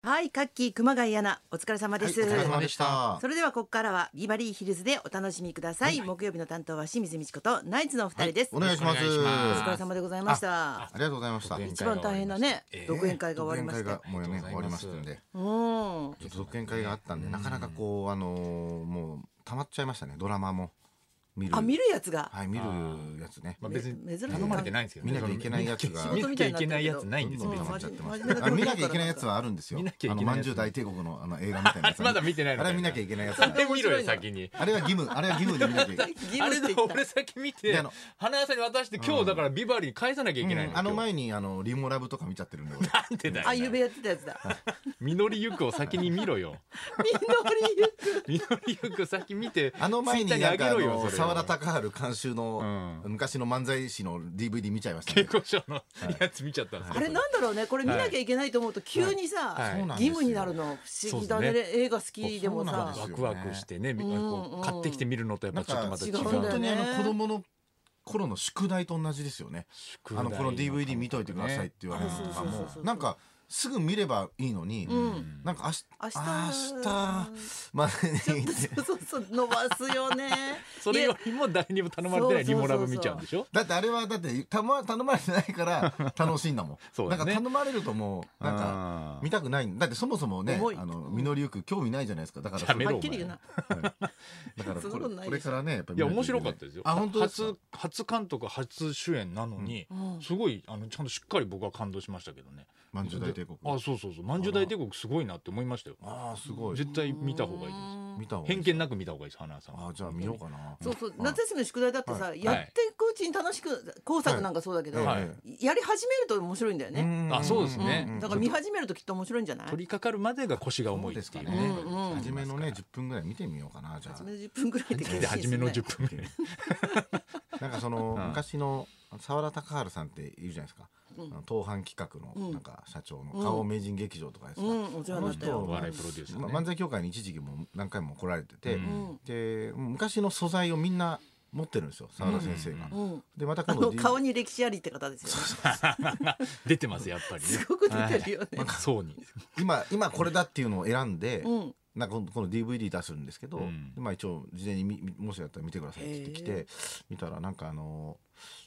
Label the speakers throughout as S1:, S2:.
S1: はい、カッキー熊谷アナ、お疲れ様です。
S2: はいお疲れ様
S3: でした
S1: それではここからはビバリーヒルズでお楽しみください。木曜日の担当は清水美智子とナイツのお二人です。
S3: お願いします。
S2: お願いし
S1: お
S2: ま
S1: 疲れ様でございました
S3: あ。りがとうございました。
S2: 独演
S1: 一番大変なね
S2: え、え
S1: 独演会が終わりまし
S3: 独演
S1: て。
S3: 会がもうね
S2: あ
S3: 終
S2: り
S3: わ
S2: がとうござい
S3: り
S2: ま
S3: ますしたんで、
S1: うん。
S3: ちょっと独演会があったんでなかなかこうあのーもう溜まっちゃいましたね。ドラマも見る。
S1: あ、見るやつが。
S3: はい見るやつね。
S2: まあ、別
S1: め珍
S2: に
S1: しい
S2: 頼まれてないんですけどね、
S3: 見なきゃいけないやつが
S2: 見なきゃいけないやつないんです
S3: ど
S2: よ、
S3: んどん
S2: 別に
S3: 溜まっちゃってます
S1: うん真面目な。
S3: あの見なきゃいけないやつはあるんですよ
S2: 見なきゃ。い
S3: あ
S2: け
S3: の
S2: ないやつ
S3: まんじゅう大帝国のあの映画みたいなやつ。
S2: まだ見てないの
S3: あ
S2: か
S3: れは見なきゃいけないやつなん
S2: あ
S3: で。
S2: れ見ろよ、先に。
S3: あれは義務。あれは義務で見なきゃいけない。
S1: 義務
S2: あれ
S1: って
S2: で
S1: 言っ
S2: 俺先見
S3: で
S2: て
S3: あの、
S2: 花屋さんに渡して、今日だからビバリー返さなきゃいけないの。
S3: うんあの
S2: 今日
S3: 前にあのリモラブとか見ちゃってるんで俺。
S2: なんでだ
S1: た。あ、ゆうべ
S2: よ。
S1: やってたやつだ。
S2: 実りゆくを先に見ろよ。
S1: みんな俺言う
S2: 実りゆく先見て、
S3: あの前に
S2: ツイッタ
S3: な
S2: ー
S3: んかあ
S2: にあげろよ、
S3: の
S2: それ。
S3: 沢田隆治監修の
S2: う
S3: 昔の漫才師の DVD 見ちゃいましたね
S2: 稽。古所のやつ見ちゃったんです
S1: あれなんだろうね、これ見なきゃいけないと思うと急にさ
S2: はいはい
S3: そう、なんで
S1: 義
S3: すよ
S1: 務になるの不思議だね。
S2: そうです
S1: 映画好きでも
S3: そうな
S1: さ
S3: んで。
S2: ワ
S3: すよ
S2: クワクしてね、み
S1: うん
S2: こう買ってきてみるのとやっ
S3: な
S2: ぱ
S3: ん
S2: ちょっと
S3: か
S2: また違
S1: 違うんだ
S3: 本
S1: よ
S3: 当
S2: う。
S1: ね
S3: にあの子供の頃の宿題と同じですよね。あのこの DVD 見といてくださいって言われるのとか
S1: あそうそうそう
S3: も
S1: そう
S3: なんかすぐ見ればいいのに、
S1: うん。
S3: なんかあし
S1: 明日
S3: 明日までに行っ
S1: そ
S3: て
S1: うそうそう伸ばすよね。
S2: それよりも誰にも頼まれてないリモラブ見ちゃうんでしょ
S3: だってあれはだってたま頼まれてないから楽しいんだもん。
S2: そうだ
S3: なん
S2: ね
S3: か頼まれるともうなんか
S2: か
S3: 見たくないだってそもそもね
S1: 重い
S3: あの実りゆく興味ないじゃないですかだから
S2: や
S1: い
S2: め
S1: や
S2: ろ
S1: はっきり言うな。
S3: だから
S1: そんなこ
S3: こ
S1: と
S3: れ
S1: ないでしょ
S3: これからねやっぱ
S2: いや面白かったですよ。
S3: あ本当ですか
S2: 初初監督初主演なのに、
S1: うん
S2: すごいあのちゃんとしっかり僕は感動しましたけどね。
S3: 満州大帝国
S2: あそうそうそう。満州大帝国すごいなって思いましたよ。
S3: ああすごい
S2: 絶対見た方がいいで
S3: 見た方
S2: す。
S3: がいい
S2: 偏見なく見た方がいいです花屋さん。
S3: ああじゃあ見ようかな
S1: そうそう
S3: うん
S1: 夏休みの宿題だってさ、
S3: は
S1: やっていくうちに楽しく工作なんかそうだけど、
S2: はい
S1: やり始めると面白いんだよね。
S3: ん
S2: あそうですね
S3: んん
S1: だから見始めるときっと面白いんじゃない？
S2: 取り掛かるまでが腰が重いっていうね。
S1: そうですかねうんうん
S3: 初めのね10分ぐらい見てみようかなじゃ
S1: 初めの10分ぐらいで
S2: で初めの10分ぐらい。
S3: あなんかそ の
S2: うん
S3: 昔の沢田隆治さんっているじゃないですかあの当番企画
S1: う
S3: の
S1: ん
S3: なんか社長の顔名人劇場とかですか
S1: うんお世話になったよ。
S2: お 笑いプロデューサーね
S3: ま漫才協会に一時期も何回も来られてて
S2: うん
S3: で昔の素材をみんな持ってるんですよ沢田先生が
S2: う
S1: うん。
S3: でまた
S1: あ
S3: 今
S1: の
S3: 度
S1: 顔に歴史ありって方ですよね。
S2: 出てますやっぱりね。
S1: すごく出てるよね。
S2: そうに。
S3: 今今これだっていうのを選んで
S1: うん。
S3: なんかこのこの DVD 出すんですけど、
S2: うん
S3: まあ一応事前にみみもしやったら見てくださいって言ってき
S1: へ
S3: て見たらなんかあの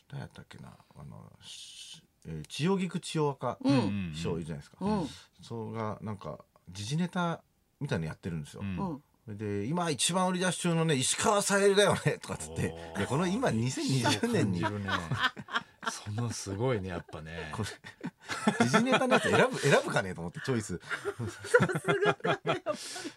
S3: 誰やったっけなあの、しえー、千代菊千代若
S1: うん
S3: 師匠いるじゃないですか、
S1: うん
S3: そうがなんか時事ネタみたいなのやってるんですよ、
S2: うん
S1: うん。
S3: で今一番売り出し中のね石川さゆりだよねとかっつって
S2: おー
S3: いやこの今2020年に
S2: 感じるねそのすごいねやっぱね。
S3: これ時事ネタのやつ選ぶ選ぶかねと思ってチョイス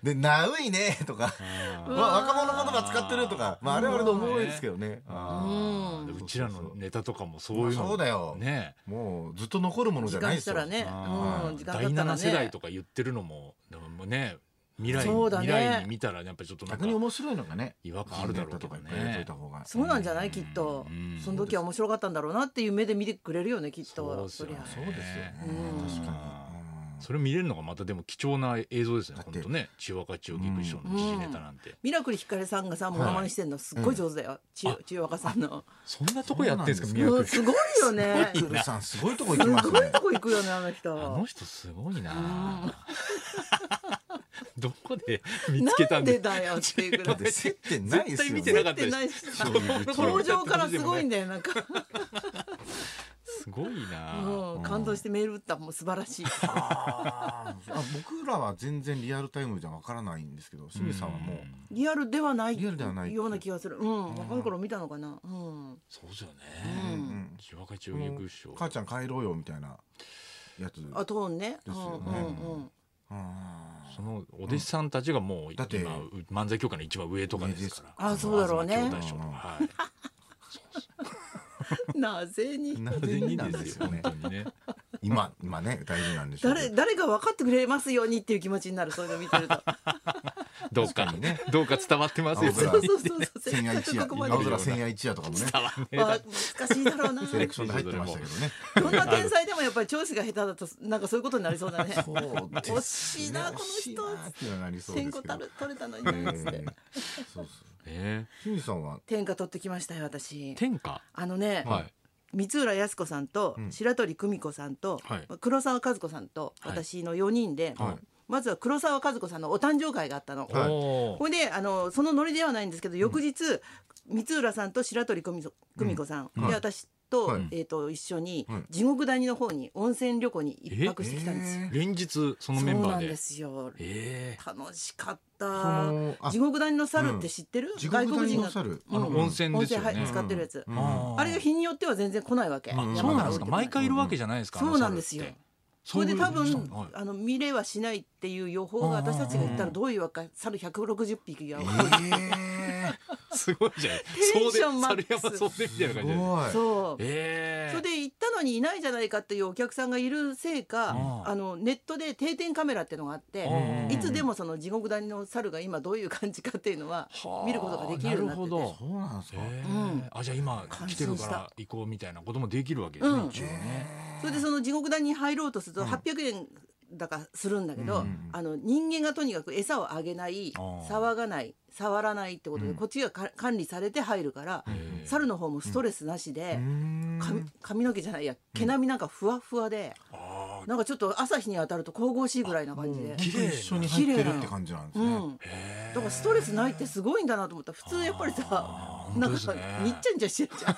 S3: で「ナウイね」とか
S2: あ
S1: う
S2: ー
S3: ま
S1: わ
S3: あ、若者言葉使ってるとか、まあ、あれはあれでおもろいですけどね。
S2: あ
S1: うん
S2: ーうちらのネタとかもそういうの
S3: そうだよ
S2: ね
S3: もうずっと残るものじ
S1: 時
S3: ゃな
S1: 間
S3: いで
S1: した
S3: すよ。
S1: らね。
S2: あー
S1: うん。時間経
S2: 第
S1: ったら
S2: 7
S1: ね。
S2: 世代とか言ってるのもでもね未来,、
S1: そうだね
S2: 未来に見たらやっぱりちょっとなんか
S3: 逆に面白いのがね、
S2: 違和感あるだろうけ
S3: と
S2: ど
S3: かいっ
S2: ね
S3: ぱいやっといた方が。
S1: そうなんじゃないきっと
S2: うん
S1: その時は面白かったんだろうなっていう目で見てくれるよねきっと
S2: そう
S1: そ
S2: です
S1: り
S2: よ
S1: ゃ
S2: ね
S3: そうですよね
S1: うん。
S3: 確かにうん。
S2: それ見れるのがまたでも貴重な映像ですね
S3: だっ
S2: 本
S3: て
S2: 当ね千代若千代菊師匠の時事ネタなんて、
S1: ミラクルひかるさんがさモノマネしてんのすっごい上手だよ千代千代若さんの
S2: そんなとこやってんですか
S3: そう
S2: 宮
S1: うん
S2: 崎
S1: すごいよね
S3: クルさん、すごいとこ行
S1: す
S3: きます
S1: ごい
S3: ね
S1: と。こ行くよねあの人
S2: あの人すごいな、
S1: うん
S2: どこで見つけ
S1: な
S2: た
S1: ん
S2: ん
S1: で
S2: ですか
S1: だよっていうぐら
S3: だ
S1: い
S3: って接点ないですよね。
S2: 絶対見てなかった
S1: 出てないしさ
S3: そういうこと
S1: 登場からすごいんだよなんか
S2: すごいな、
S1: うん感動してメール打ったもう素晴らしい
S3: あーあ僕らは全然リアルタイムじゃわからないんですけど、清水さんはもう。
S1: リアルではない
S3: リアルではない
S1: ような気がするうん若い頃見たのかなうん
S2: そうですよね、
S1: う
S3: うんん
S2: 千代若千代菊師匠
S3: 母ちゃん帰ろうよみたいなやつ。
S1: あトーンねう
S3: ですよ
S1: ん
S3: ね
S1: うんうん
S3: あー
S2: そのお弟子さんたちがもう今
S3: だって
S2: 漫才協会の一番上とかですから。
S1: あそうだろうね
S2: 東兄弟賞とかはい。
S1: なぜに
S3: な
S2: 全
S3: ぜになん
S2: 然
S3: で
S2: です
S3: す
S2: よ
S3: よ
S2: 本
S3: ね
S2: 当。にね。
S3: 今今ね大事なんでしょうけど
S1: 誰誰が分かってくれますようにっていう気持ちになるそういうの見てると
S2: どう かねどうか伝わってますよ。
S3: 青
S1: そう
S3: 空
S1: そうそうそう
S3: 千夜
S1: せっか
S3: 一
S1: く
S3: 夜
S1: ここまで
S3: 青空千夜一夜とかもね
S2: 伝わんねえ
S1: あ
S2: だ
S1: 難しいだろうな
S3: セレクションで入ってましたけどね
S1: どんな天才でもやっぱり調子が下手だと なんかそういうことになりそうだね
S3: そうですね
S1: 惜しいなこの
S3: 惜しい
S1: 人
S3: なっていうのはなりそうで
S1: 千
S3: す
S1: 個
S3: けど
S1: たる取れたのに
S3: え
S1: なっつって、
S3: ーそうそう
S2: ね。
S3: 清水さんは
S1: 天下取ってきましたよ私
S2: 天下
S1: あのね、
S2: はい
S1: 光浦靖子さんと
S3: うん
S1: 白鳥久美子さんと
S2: はい
S1: 黒沢和子さんと
S2: はい
S1: 私の4人で、
S3: はい
S1: まずは黒沢和子さんのお誕生会があったの。
S3: はい
S2: お
S1: ほ
S2: ー
S1: んであのそのノリではないんですけど翌日、光浦さんと白鳥久美子久美子さん、
S3: うんは
S1: で
S3: い
S1: 私と,、
S3: はい
S1: えー、と一緒に
S3: はい
S1: 地獄谷の方に温泉旅行に一泊してきたんですよ。
S3: えー
S2: 連日そのメン
S1: そう
S2: バ
S1: な
S2: ー
S1: ん
S2: で
S1: ですよ
S2: え
S1: 楽しかっ
S3: そ
S1: た。
S3: のあ
S1: 地獄谷の猿って知ってる、
S3: 地
S1: 外
S3: 獄
S1: 国人
S3: 谷の
S1: が
S3: 猿
S2: あの
S1: うん
S2: 温泉ですよね
S1: 温泉はい使ってるやつ
S3: う
S2: え
S3: ん
S2: あー
S1: あれが日によっては全然来ないわけ、
S2: あ
S3: ん
S2: そうなんです
S1: 山から降りて
S2: か
S1: こ
S2: 毎回いるわけじゃないですか、
S1: そうなんですよそれで多分、
S2: はい
S1: あの見れはしないっていう予報が私たちが言った
S3: うんうんう
S1: ら
S3: ん
S1: どういうわけか猿160匹が、
S3: え
S2: すごいじゃない
S1: テンションマックス
S2: そうで猿山そうでみたい
S3: ー、
S2: な感
S3: すご
S2: じで
S3: い
S1: そう、
S2: え
S1: それで行ったのにいないじゃないかっていうお客さんがいるせいか、
S2: うん
S1: あのネットで定点カメラっていうのがあって、
S2: うん
S1: いつでもその地獄谷の猿が今どういう感じかっていうのは見ることができるようになってて
S2: なるほど
S3: そうなんですか、
S2: え
S1: うん
S2: あじゃあ今来てるから行こうみたいなこともできるわけですね、
S1: うん
S2: 一応ね
S1: それでその地獄谷に入ろうとすると
S3: うん
S1: 800円だからするんだけど、
S3: うんうんうん
S1: あの人間がとにかく餌をあげない
S2: あー
S1: 騒がない触らないってことで、
S3: うん
S1: こっちがか管理されて入るから、
S2: ええ
S1: 猿の方もストレスなしで、
S3: ん
S1: 髪髪の毛じゃないや毛並みなんかふわふわで、
S2: あー
S1: なんかちょっと朝日に当たると神々しいぐらいな感じで、
S3: 本当に一緒に入ってるって感じなんです
S1: う
S3: ね、
S1: ん、
S2: へえ
S1: だからストレスないってすごいんだなと思った普通やっぱりさ
S2: あー
S1: なん
S2: 本
S1: かさ
S2: 当ですね
S1: にっちゃにちゃしてるじゃ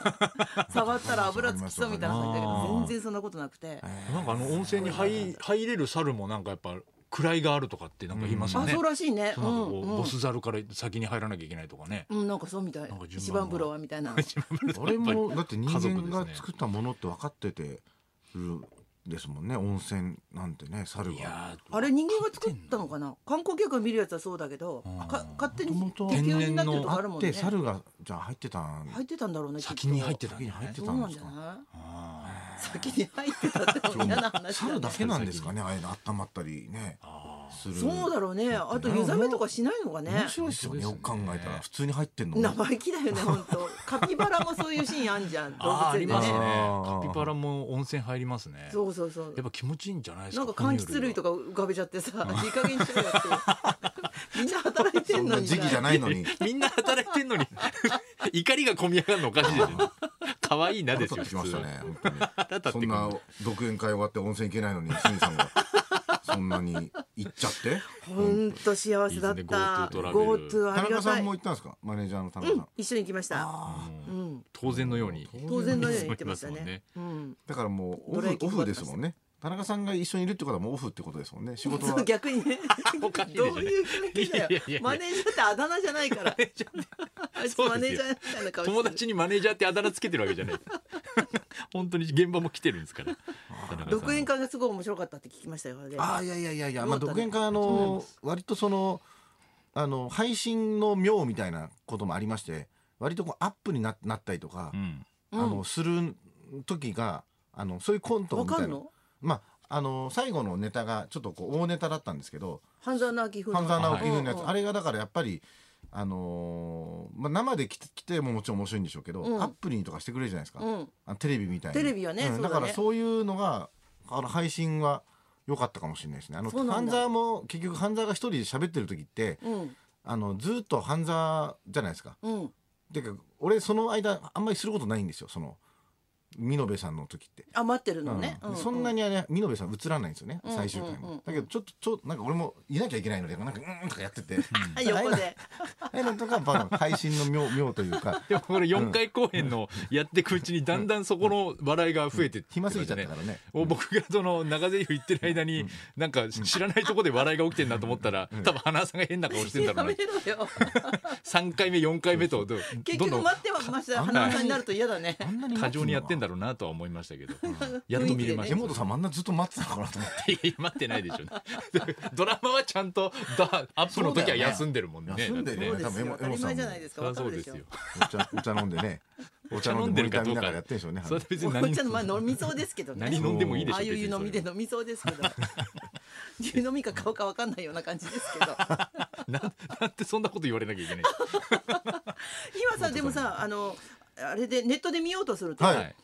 S1: ん触ったら油つきそうみたいな感じだけ
S2: あ
S1: ど
S2: ー
S1: 全然そんなことなくて。
S2: なんかあの温泉に入入れる猿もなんかやっぱ位があるとかってなんか言いますよ
S1: あ
S2: ね。
S1: そうらしいね。
S2: そううなんか
S1: ん
S2: こう
S1: うん
S2: ボス猿から先に入らなきゃいけないとかね。
S1: うん、なんかそうみたい
S2: なんか。順番が
S1: 一番風呂はみたいな。
S3: あれもだって人
S2: 家族
S3: 間
S2: です
S3: が
S2: ね
S3: 作ったものって分かっててるですもんね温泉なんてね猿
S2: い
S3: が
S2: やー
S1: あれ人間が作ったのかな。観光客が見るやつはそうだけど
S2: うん、
S1: か勝手に
S3: 元々
S1: 適用になってるとこある
S3: あ
S1: も
S3: っ
S1: んね。
S3: て
S1: 入
S3: 猿がじゃあ入ってたん
S1: ってたんだろうね。
S2: 先に入っててた
S3: 先
S2: んだ
S3: に入
S2: ね
S3: っ
S1: そ
S3: て。
S1: うなんん
S3: た
S1: じゃない
S3: ですか
S2: あ
S1: 先に入ってたっても嫌な話だ
S3: 猿だ
S1: ね。
S3: けなんですかねああいうの温まったりね
S2: ーあー。
S3: する
S1: そうだろうね。あと湯冷めとかしないのかね
S3: 面。白いですよねよ
S2: 本
S3: く
S2: 当
S3: 考
S2: ですね
S3: えたら普通に入ってんのも
S1: 生意気だよね本当。カピバラもそういうシーンあんじゃん。動
S2: あ
S1: 物
S2: ーあり
S1: 園で
S2: ますね
S1: ね。
S3: あ。ー
S2: カピバラも温泉入りますね。
S1: そうそうそう
S2: やっ。ぱ気持ちいいんじゃないです
S1: な
S2: か。
S1: んか柑橘類とか浮かべちゃってさ、いい加減にしろよって。みんな働いて
S3: そ
S1: ん
S3: ん
S1: の
S3: な
S1: に
S3: 時期じゃない のに
S2: 哺乳類は。みんな働いてんのに 怒りが込み上がるのおかしいですよ。可愛いなですよ。
S3: 腹立ってきました ね本当に
S2: 腹立って
S3: そ
S2: くる
S3: んな独演会終わって温泉行けないのに清水さん がそんなに行っちゃって
S1: 本当幸せだった。
S2: いいですね GoTo トラベル
S1: GoTo あ
S3: 田
S1: りが
S3: 中さ
S1: たい。
S3: ん
S1: う
S3: も行
S1: ん
S3: ったんですかマネージャーの田中さん、
S1: 一緒に行きました。
S2: うん
S1: うん
S2: 当然のように。
S1: 当然のように行ってました
S2: そう言い
S1: ね。うん。
S3: だからもう
S1: ど
S3: オ
S1: ら
S3: フ
S1: 焼き
S3: オ
S1: 配
S3: フ
S1: って
S3: で
S1: ます
S3: すもんね田中さんが一緒にいるってことはもうオフってことですも んね仕事
S1: そう
S3: は
S1: 逆にね。
S2: おかしいでし
S1: ど
S2: ょ
S1: ういう気持ちだよ
S2: いやいやいやい。や
S1: マネージャーってあだ名じゃない から。あいつ
S2: そう
S1: マネー
S2: です
S1: ジャー
S2: よ
S1: みたいな顔してる
S2: 友達にマネージャーってあだ名つけてるわけじゃない 本当に現場も来てるんですから田中さん
S1: 独演会がすごい面白かったって聞きましたよ。あれ
S3: ああいやいやいやいや、まあ、
S1: どうだ
S3: 独
S1: ったの
S3: 演会あの割とそのあの配信の妙みたいなこともありまして割とこうアップにななったりとか
S2: う、ん
S1: うん
S3: あのする時があのそういうコント
S1: わ
S3: みた
S1: か
S3: い
S1: る
S3: な
S1: の？
S3: まああの最後のネタがちょっとこう大ネタだったんですけど
S1: 半沢直樹風の。
S3: 半沢直樹風のや
S1: う
S3: つ
S1: ん
S3: あれがだからやっぱりあのーまあ、生で来て来てももちろん面白いんでしょうけど、
S1: うん
S3: アップリにとかしてくれるじゃないですか、
S1: うん。
S3: あのテレビみたいに
S1: テレビはね
S3: うん
S1: そうだ
S3: だ
S1: ね
S3: からそういうのがあの配信は良かったかもしれないですねあの
S1: そうなんだ
S3: 半沢も結局半沢が一人で喋ってる時って
S1: うん。
S3: あのずっと半沢じゃないですか
S1: うん。
S3: てか俺その間あんまりすることないんですよその美濃部さんの時って、
S1: あ待ってるのね。
S3: うんそんな
S1: に
S3: にあれ美濃部さん映らないんですよね、
S1: うん
S3: 最終回
S1: うんうんうん
S3: もだけどちょっとちょなんか俺もいなきゃいけないのでなんかうーんとかやって て
S1: 横で。
S3: ああいうのとかまあ配信の妙妙というか
S2: でもこれ4回公演のやっていくうちにだんだんそこの笑いが 増えてって
S3: 暇すぎちゃった
S2: ね
S3: からね
S2: もう僕がその長ゼリフ言ってる間になんか知らないとこで笑いが起きてるなと思ったら
S3: うん
S2: 多分花さんが変な顔してんだ
S1: や
S2: ろうな
S1: めろよ。
S2: 3回目4回目とど
S1: 結
S2: どんど
S1: 局
S2: ん
S1: 待ってました。花さんになると嫌だね。
S3: あんなに
S2: 過剰にやってん
S3: だ
S2: だろうなとは思いましたけどやっと見れました
S3: 江本さんもあんなずっと待ってたのかなと思って
S2: いや待ってないでしょ、 ドラマはちゃんとだアップの時は休んでるもんね
S3: そうだよね休んでる
S2: だ
S3: よ
S2: って
S3: ね
S1: そうですよ当たり前じゃないですか。
S2: そり
S1: わ
S2: ゃ
S1: か
S2: そ
S1: る
S2: うで
S1: ですし
S2: よ
S1: ょ。
S3: お茶 お茶飲んでね。お茶飲んでモニター見ながらやってんでしょうね。
S2: それは別
S1: お
S2: に何
S1: 茶のまあ飲みそうですけどね。
S2: 何飲んでもいいでしょ
S1: ああいう
S2: 別にそれ
S1: 湯飲みで飲みそうです けど。湯飲みか顔かわかんないような感じですけど。
S2: なんなんてそんなこと言われなきゃいけ ない
S1: 今さでもさあのあれでネットで見ようとすると、
S3: はい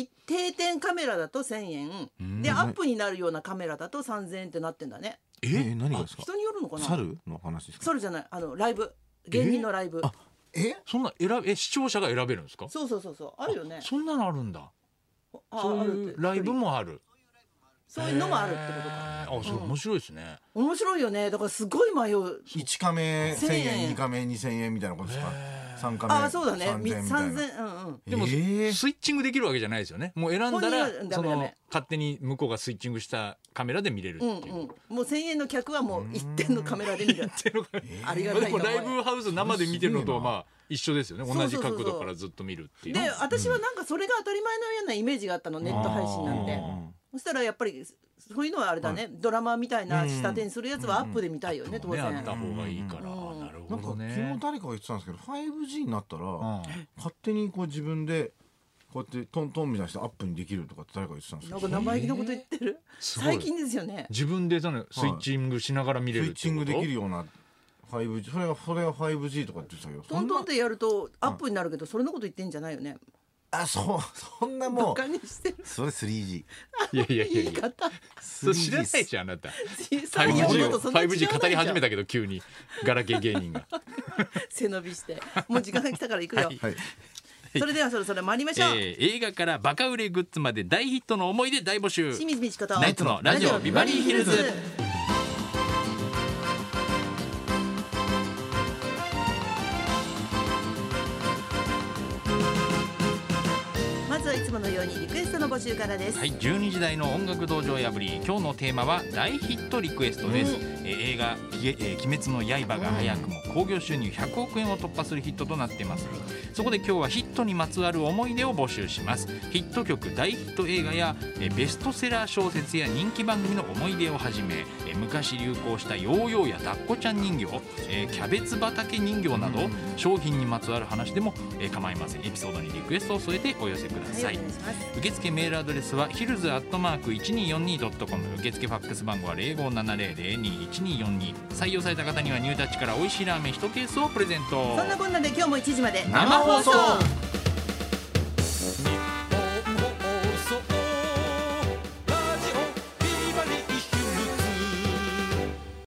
S1: い定点カメラだと1000円で
S2: うん
S1: アップになるようなカメラだと3000円ってなってんだね。
S3: えー何がですか。
S1: 人によるのかな。
S3: 猿の話ですか。
S1: 猿じゃないあのライブ芸人のライブ。
S3: え？
S2: そんな選べえ視聴者が選べるんですか
S1: そうそうそうそうあるよね。
S2: そんなのあるんだ
S1: あ
S2: そう
S1: ある
S2: い
S1: って
S2: うライブもある
S1: そういうのもあるってことか
S2: へーあそれ
S1: うん
S2: 面白いですね、
S1: 面白いよねだからすごい迷う
S3: 1カメ
S1: 1000
S3: 1000
S1: 円
S3: 円2カメ2000円みたいなことですか
S2: へー
S3: 3カメ
S1: ああそうだね
S3: 3000
S1: み
S3: 円みたいな
S1: 3000うんうん
S2: でも、
S3: えー
S2: スイッチングできるわけじゃないですよねもう選んだ
S1: ここにダメ
S2: ら
S1: ダ
S2: そ
S1: メ
S2: の勝手に向こうがスイッチングしたカメラで見れるって
S1: う
S2: い
S1: ん
S2: う、
S1: うんもう1000円の客はもう一点のカメラで見る
S2: っていうのが
S1: ありが
S2: まあ
S1: た
S2: で
S1: い
S2: も
S1: な
S2: ライブハウス生で見てるのとはまあ一緒ですよね
S1: そうそ
S2: 同
S1: うそ
S2: じ
S1: うそう
S2: 角度からずっと見るっていう
S1: で私はなんかそれが当たり前のようなイメージがあったのネット配信なん
S3: あ
S1: て
S3: ー
S1: そしたらやっぱりそういうのはあれだね、ドラマみたいな仕立てにするやつはアップで見たいよね、当
S2: ねあっ
S1: 然。
S2: た方がいいから、
S1: うん
S2: なる
S3: なんか
S2: ほど
S3: 昨
S2: ね
S3: 日誰かが言ってたんですけど 5G になったら
S2: うん
S3: 勝手にこう自分でこうやってトントンみたいにしてアップにできるとかって誰かが言ってたんです
S1: な
S3: よ
S1: んか生意気なこと言ってる。
S2: すごい
S1: 最近ですよね。
S2: 自分でそのスイッチングしながら見
S3: スイ
S2: れるって
S3: ッ
S2: こと
S3: チングできるような 5G それはそれは 5G とかって言ってたけど
S1: トントンっ
S3: そん
S1: てやるとアップになるけど、それのこと言ってんじゃないよね。
S3: なあそうそんなも
S1: バ
S3: う
S1: カにしてる。
S3: それ 3G
S2: いやいやいや
S1: 言
S2: い
S1: い
S2: や
S1: 方。
S2: そう知らないじゃんあなた 5G を 5G 語り始めたけど急にガラケー芸人が
S1: 背伸びして。もう時間が来たから行くよ。
S3: はい
S1: それではそろそろ参りましょう。
S2: えー映画からバカ売れグッズまで大ヒットの思い出大募集
S1: 清水美智子と
S2: ナイツのラジオビバリーヒルズ
S1: まずはいつものようにリクエストの募集からです、
S2: はい、12時台の音楽道場破り今日のテーマは大ヒットリクエストです、
S1: うん
S2: えー映画「きえー鬼滅の刃」が早くも興行収入100億円を突破するヒットとなっていますそこで今日はヒットにまつわる思い出を募集しますヒット曲大ヒット映画やえーベストセラー小説や人気番組の思い出をはじめえー昔流行したヨーヨーやダッコちゃん人形えーキャベツ畑人形など商品にまつわる話でもえー構いませんエピソードにリクエストを添えてお寄せくだ
S1: はいお
S2: さ
S1: 願
S2: い
S1: いします
S2: 受付メールアドレスはヒルズアットマーク 1242.com 受付ファックス番号は0570021242採用された方にはニュータッチから美味しいラーメン1ケースをプレゼント
S1: そんなこんなで今日も1時まで
S2: 生放送